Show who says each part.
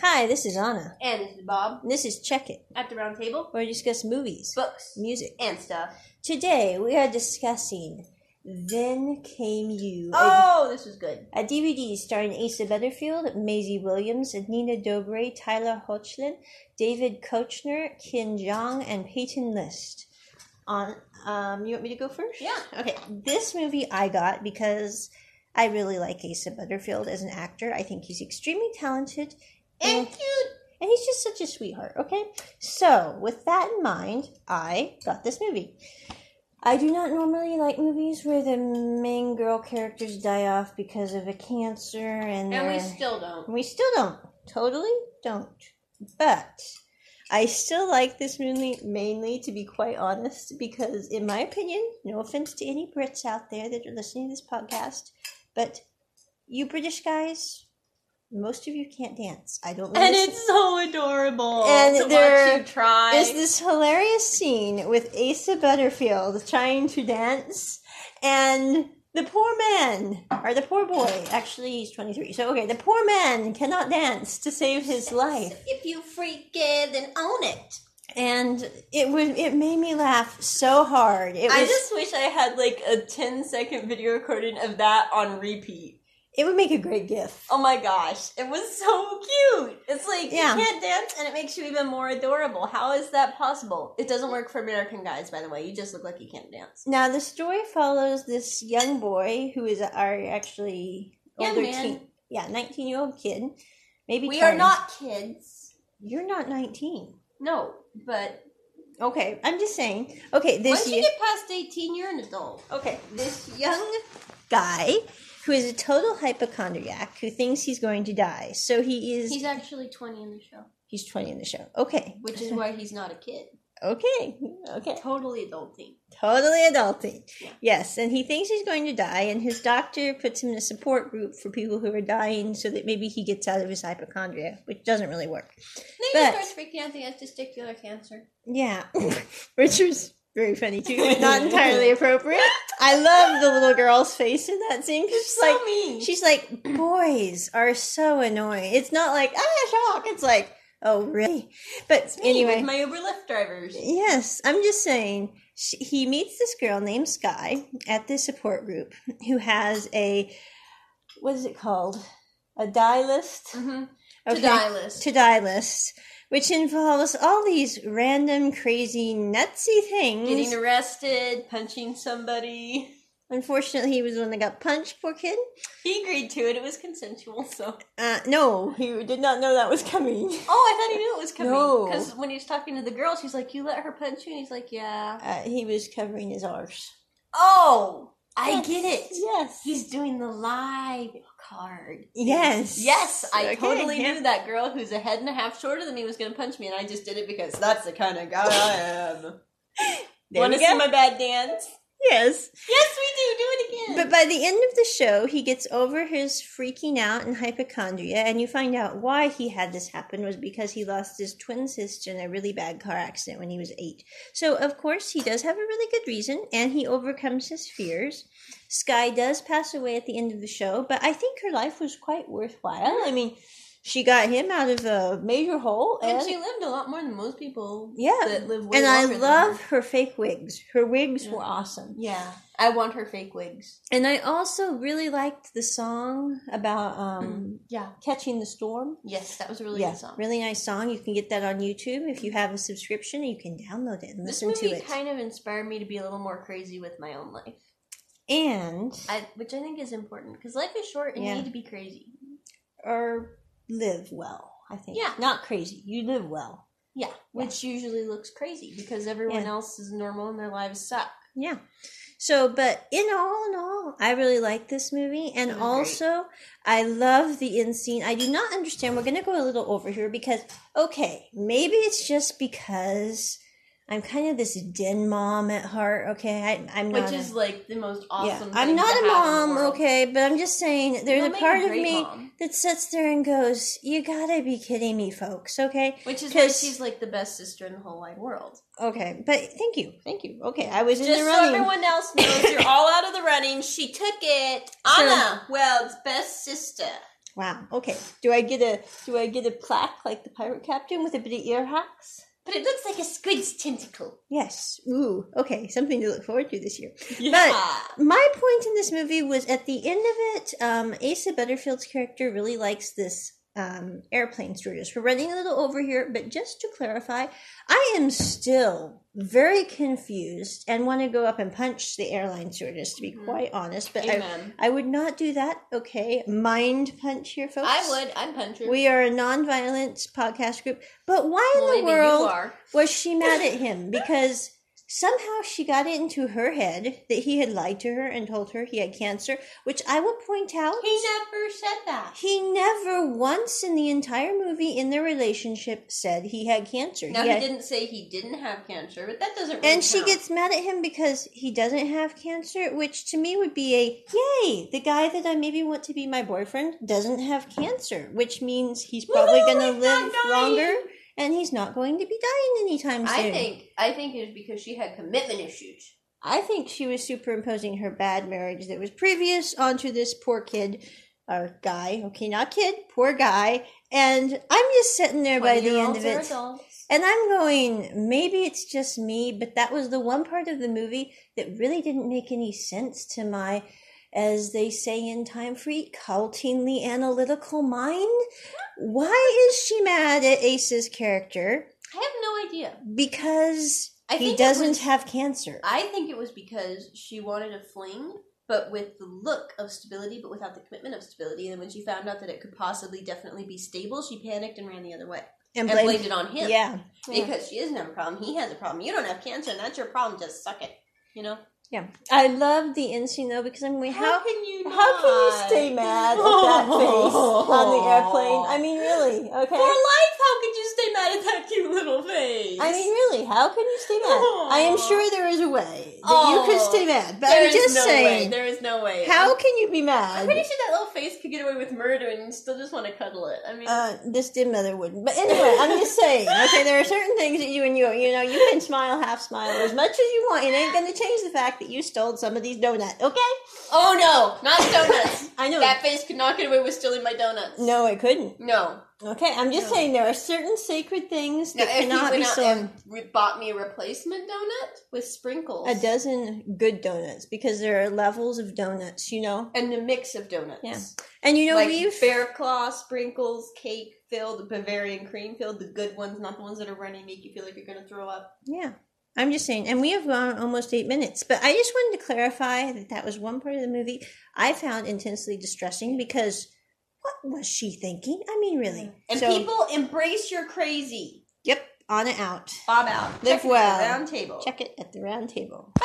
Speaker 1: Hi, this is Anna.
Speaker 2: And this is Bob
Speaker 1: And this is Check It,
Speaker 2: at the round table,
Speaker 1: where we discuss movies,
Speaker 2: books,
Speaker 1: music.
Speaker 2: and stuff.
Speaker 1: Today we are discussing Then Came You, a-
Speaker 2: Oh, this was good.
Speaker 1: a, DVD starring Asa Butterfield, Maisie Williams, Nina Dobre, Tyler Hoechlin, David Kochner, Kin Jong, and Peyton List. On, um, you want me to go first?
Speaker 2: Yeah.
Speaker 1: Okay, this movie I got because I really like Asa Butterfield as an actor. I think he's extremely talented
Speaker 2: And cute.
Speaker 1: and he's just such a sweetheart, okay? So, with that in mind, I got this movie. I do not normally like movies where the main girl characters die off because of a cancer and
Speaker 2: And we
Speaker 1: they're-
Speaker 2: still don't.
Speaker 1: we still don't. Totally don't. But I still like this movie mainly, to be quite honest, because in my opinion, no offense to any Brits out there that are listening to this podcast, but you British guys, most of you can't dance. I don't.
Speaker 2: And
Speaker 1: listen-
Speaker 2: it's so adorable
Speaker 1: And
Speaker 2: to
Speaker 1: there
Speaker 2: watch you try.
Speaker 1: is this hilarious scene with Asa Butterfield trying to dance and the poor man or the poor boy actually he's 23 so okay the poor man cannot dance to save his life
Speaker 2: If you freak it, then own it.
Speaker 1: and it was it made me laugh so hard it was
Speaker 2: I just wish I had like a 10 second video recording of that on repeat.
Speaker 1: it would make a great gif
Speaker 2: Oh my gosh, it was so cute. It's like
Speaker 1: Yeah.
Speaker 2: you can't dance and it makes you even more adorable. How is that possible? It doesn't work for American guys, by the way. You just look like you can't dance.
Speaker 1: now the story follows this young boy who is our actually
Speaker 2: Young
Speaker 1: older
Speaker 2: man.
Speaker 1: teen yeah 19 year old kid maybe
Speaker 2: We
Speaker 1: 20.
Speaker 2: are not kids.
Speaker 1: you're not 19
Speaker 2: No, but
Speaker 1: Okay, I'm just saying. Okay, this
Speaker 2: once you
Speaker 1: young
Speaker 2: get past 18, you're an adult.
Speaker 1: okay
Speaker 2: This young
Speaker 1: guy who is a total hypochondriac who thinks he's going to die. So he is.
Speaker 2: He's actually 20 in the show,
Speaker 1: He's 20 in the show. Okay,
Speaker 2: which is why he's not a kid.
Speaker 1: okay, okay.
Speaker 2: Totally adulting.
Speaker 1: Totally adulting.
Speaker 2: Yeah.
Speaker 1: Yes, and he thinks he's going to die, and his doctor puts him in a support group for people who are dying, so that maybe he gets out of his hypochondria, which doesn't really work.
Speaker 2: Then
Speaker 1: But-
Speaker 2: he starts freaking out that he has testicular cancer.
Speaker 1: Yeah, which was very funny too, but not entirely appropriate. I love the little girl's face in that scene because she's
Speaker 2: So
Speaker 1: like,
Speaker 2: mean.
Speaker 1: She's like, boys are so annoying. It's not like, ah, shock. It's like, oh, really? But
Speaker 2: Me
Speaker 1: anyway,
Speaker 2: with my Uber Lyft drivers.
Speaker 1: yes, I'm just saying. She, he meets this girl named Sky at this support group who has a, what is it called? A die list?
Speaker 2: hmm To die list.
Speaker 1: To die list, which involves all these random, crazy, nutsy things.
Speaker 2: Getting arrested, punching somebody.
Speaker 1: Unfortunately, he was the one that got punched, poor kid.
Speaker 2: He agreed to it. It was consensual. So.
Speaker 1: Uh, no, he did not know that was coming.
Speaker 2: Oh, I thought he knew it was coming.
Speaker 1: No.
Speaker 2: Because when he was talking to the girl, she's like, "You let her punch you," and he's like, "Yeah."
Speaker 1: Uh, he was covering his arse.
Speaker 2: Oh, I
Speaker 1: Yes.
Speaker 2: get it.
Speaker 1: Yes.
Speaker 2: He's doing the lie card.
Speaker 1: Yes.
Speaker 2: Yes, I
Speaker 1: Okay,
Speaker 2: totally
Speaker 1: yeah.
Speaker 2: knew that girl who's a head and a half shorter than me was going to punch me, and I just did it because that's the kind of guy I am.
Speaker 1: There
Speaker 2: Want to
Speaker 1: we go.
Speaker 2: see my bad dance?
Speaker 1: Yes.
Speaker 2: Yes, we do. Do it
Speaker 1: But
Speaker 2: again.
Speaker 1: by the end of the show, he gets over his freaking out and hypochondria, and you find out why he had this happen was because he lost his twin sister in a really bad car accident when he was eight. So, of course, he does have a really good reason, and he overcomes his fears. Sky does pass away at the end of the show, but I think her life was quite worthwhile. I mean, she got him out of a major hole, and,
Speaker 2: and she lived a lot more than most people.
Speaker 1: yeah,
Speaker 2: that live way
Speaker 1: and I
Speaker 2: longer than
Speaker 1: love her fake wigs. Her wigs
Speaker 2: Yeah.
Speaker 1: were awesome.
Speaker 2: Yeah, I want her fake wigs.
Speaker 1: And I also really liked the song about um,
Speaker 2: Yeah.
Speaker 1: catching the storm.
Speaker 2: Yes, that was a Mm. really
Speaker 1: yeah,
Speaker 2: good song.
Speaker 1: really nice song. You can get that on YouTube if you have a subscription. You can download it and
Speaker 2: This
Speaker 1: listen to
Speaker 2: movie
Speaker 1: it.
Speaker 2: kind of inspired me to be a little more crazy with my own life,
Speaker 1: and
Speaker 2: I, which I think is important because life is short and
Speaker 1: Yeah.
Speaker 2: you need to be crazy.
Speaker 1: or live well. I think.
Speaker 2: Yeah.
Speaker 1: Not crazy. You live well.
Speaker 2: Yeah, which usually looks crazy because everyone
Speaker 1: Yeah.
Speaker 2: else is normal and their lives suck.
Speaker 1: Yeah. So, but in all in all, I really like this movie, and
Speaker 2: It was Oh, great.
Speaker 1: also I love the end scene. I do not understand. We're gonna go a little over here because okay, maybe it's just because I'm kind of this den mom at heart. Okay, I, I'm not.
Speaker 2: Which
Speaker 1: a-
Speaker 2: is like the most
Speaker 1: yeah,
Speaker 2: awesome.
Speaker 1: I'm
Speaker 2: thing
Speaker 1: not
Speaker 2: to
Speaker 1: a
Speaker 2: have in the
Speaker 1: mom.
Speaker 2: world.
Speaker 1: Okay, but I'm just saying there's
Speaker 2: You'll
Speaker 1: a
Speaker 2: make
Speaker 1: part of
Speaker 2: great
Speaker 1: me
Speaker 2: mom.
Speaker 1: that sits there and goes, "You gotta be kidding me, folks." Okay,
Speaker 2: which is why
Speaker 1: 'cause-
Speaker 2: she's like the best sister in the whole wide world.
Speaker 1: okay, but thank you, thank you. Okay, I was in
Speaker 2: Just
Speaker 1: the
Speaker 2: so
Speaker 1: running.
Speaker 2: everyone else knows, you're all out of the running. She took it.
Speaker 1: So-
Speaker 2: Anna Weld's best sister.
Speaker 1: Wow. Okay. Do I get a do I get a plaque like the pirate captain with a bit of ear hacks?
Speaker 2: But it looks like a squid's tentacle.
Speaker 1: Yes. Ooh. Okay. Something to look forward to this year.
Speaker 2: Yeah.
Speaker 1: My point in this movie was at the end of it, um, Asa Butterfield's character really likes this um, airplane stewardess. We're running a little over here, but just to clarify, I am still very confused and want to go up and punch the airline stewardess, to be
Speaker 2: Mhm.
Speaker 1: quite honest. But I,
Speaker 2: Amen.
Speaker 1: I would not do that. Okay. Mind punch here, folks.
Speaker 2: I would. I'm country.
Speaker 1: We are a nonviolent podcast group. But why in
Speaker 2: Believe
Speaker 1: the
Speaker 2: me, you
Speaker 1: world?
Speaker 2: are.
Speaker 1: was she mad at him because somehow she got it into her head that he had lied to her and told her he had cancer, which I will point out
Speaker 2: He never said that.
Speaker 1: he never once in the entire movie in their relationship said he had cancer.
Speaker 2: Now
Speaker 1: He had-
Speaker 2: he didn't say he didn't have cancer, but that doesn't. Really
Speaker 1: and she
Speaker 2: count.
Speaker 1: gets mad at him because he doesn't have cancer, which to me would be a yay, the guy that I maybe want to be my boyfriend doesn't have cancer, which means he's probably
Speaker 2: Woohoo,
Speaker 1: going to
Speaker 2: he's not
Speaker 1: live
Speaker 2: dying.
Speaker 1: longer and he's not going to be dying anytime soon.
Speaker 2: I think. I think it was because she had commitment issues.
Speaker 1: I think she was superimposing her bad marriage that was previous onto this poor kid or guy. Okay, not kid, poor guy. And I'm just sitting there by the end of
Speaker 2: 20-year-olds are
Speaker 1: it.
Speaker 2: adults.
Speaker 1: And I'm going, maybe it's just me, but that was the one part of the movie that really didn't make any sense to my, as they say in Time Freak, cultingly analytical mind. Why is she mad at Ace's character?
Speaker 2: I have no idea.
Speaker 1: Because
Speaker 2: I
Speaker 1: he
Speaker 2: think it
Speaker 1: doesn't
Speaker 2: was-
Speaker 1: have cancer.
Speaker 2: I think it was because she wanted a fling, but with the look of stability, but without the commitment of stability. And then when she found out that it could possibly definitely be stable, she panicked and ran the other way and blamed, it on him.
Speaker 1: Yeah.
Speaker 2: because she doesn't have a problem. He has a problem. You don't have cancer, and that's your problem. Just suck it. You know.
Speaker 1: Yeah, I love the end scene though because I'm like, how
Speaker 2: can you?
Speaker 1: how can you
Speaker 2: not?
Speaker 1: stay mad at that face on the airplane? I mean, really?
Speaker 2: for
Speaker 1: Okay.
Speaker 2: life, how could you stay mad at that cute little face?
Speaker 1: I mean, really? How can you stay mad? I am sure there is a way that you could
Speaker 2: Aw.
Speaker 1: stay mad, but
Speaker 2: Oh, There
Speaker 1: I'm
Speaker 2: is
Speaker 1: just
Speaker 2: no way.
Speaker 1: saying,
Speaker 2: There is no way.
Speaker 1: how can you be
Speaker 2: I'm
Speaker 1: mad?
Speaker 2: pretty sure that little face could get away with murder and you still just want to cuddle it. I mean,
Speaker 1: Uh, this dim mother wouldn't. But anyway, I'm just saying. Okay, there are certain things that you and you, you know, you can smile, half smile, as much as you want. It ain't going to change the fact that you stole somebody's donut. Okay,
Speaker 2: oh no, not donuts.
Speaker 1: I know.
Speaker 2: that face could not get away with stealing my donuts.
Speaker 1: no, I couldn't.
Speaker 2: No.
Speaker 1: Okay, I'm just
Speaker 2: No.
Speaker 1: saying there are certain sacred things
Speaker 2: Now,
Speaker 1: that
Speaker 2: if you
Speaker 1: cannot
Speaker 2: went
Speaker 1: be
Speaker 2: out
Speaker 1: sold.
Speaker 2: and re- bought me a replacement donut with sprinkles
Speaker 1: A dozen good donuts because there are levels of donuts, you know.
Speaker 2: and a mix of donuts,
Speaker 1: Yeah. And you know
Speaker 2: like
Speaker 1: we've
Speaker 2: bear claw sprinkles, cake filled, Bavarian cream filled, the good ones, not the ones that are runny, and make you feel like you're gonna throw up.
Speaker 1: yeah. I'm just saying, and we have gone almost eight minutes, but I just wanted to clarify that that was one part of the movie I found intensely distressing because what was she thinking? I mean, really.
Speaker 2: And
Speaker 1: So,
Speaker 2: people embrace your crazy.
Speaker 1: yep, on it out.
Speaker 2: Bob
Speaker 1: Live
Speaker 2: out. Check it at the
Speaker 1: well.
Speaker 2: Round table.
Speaker 1: Check it at the round table.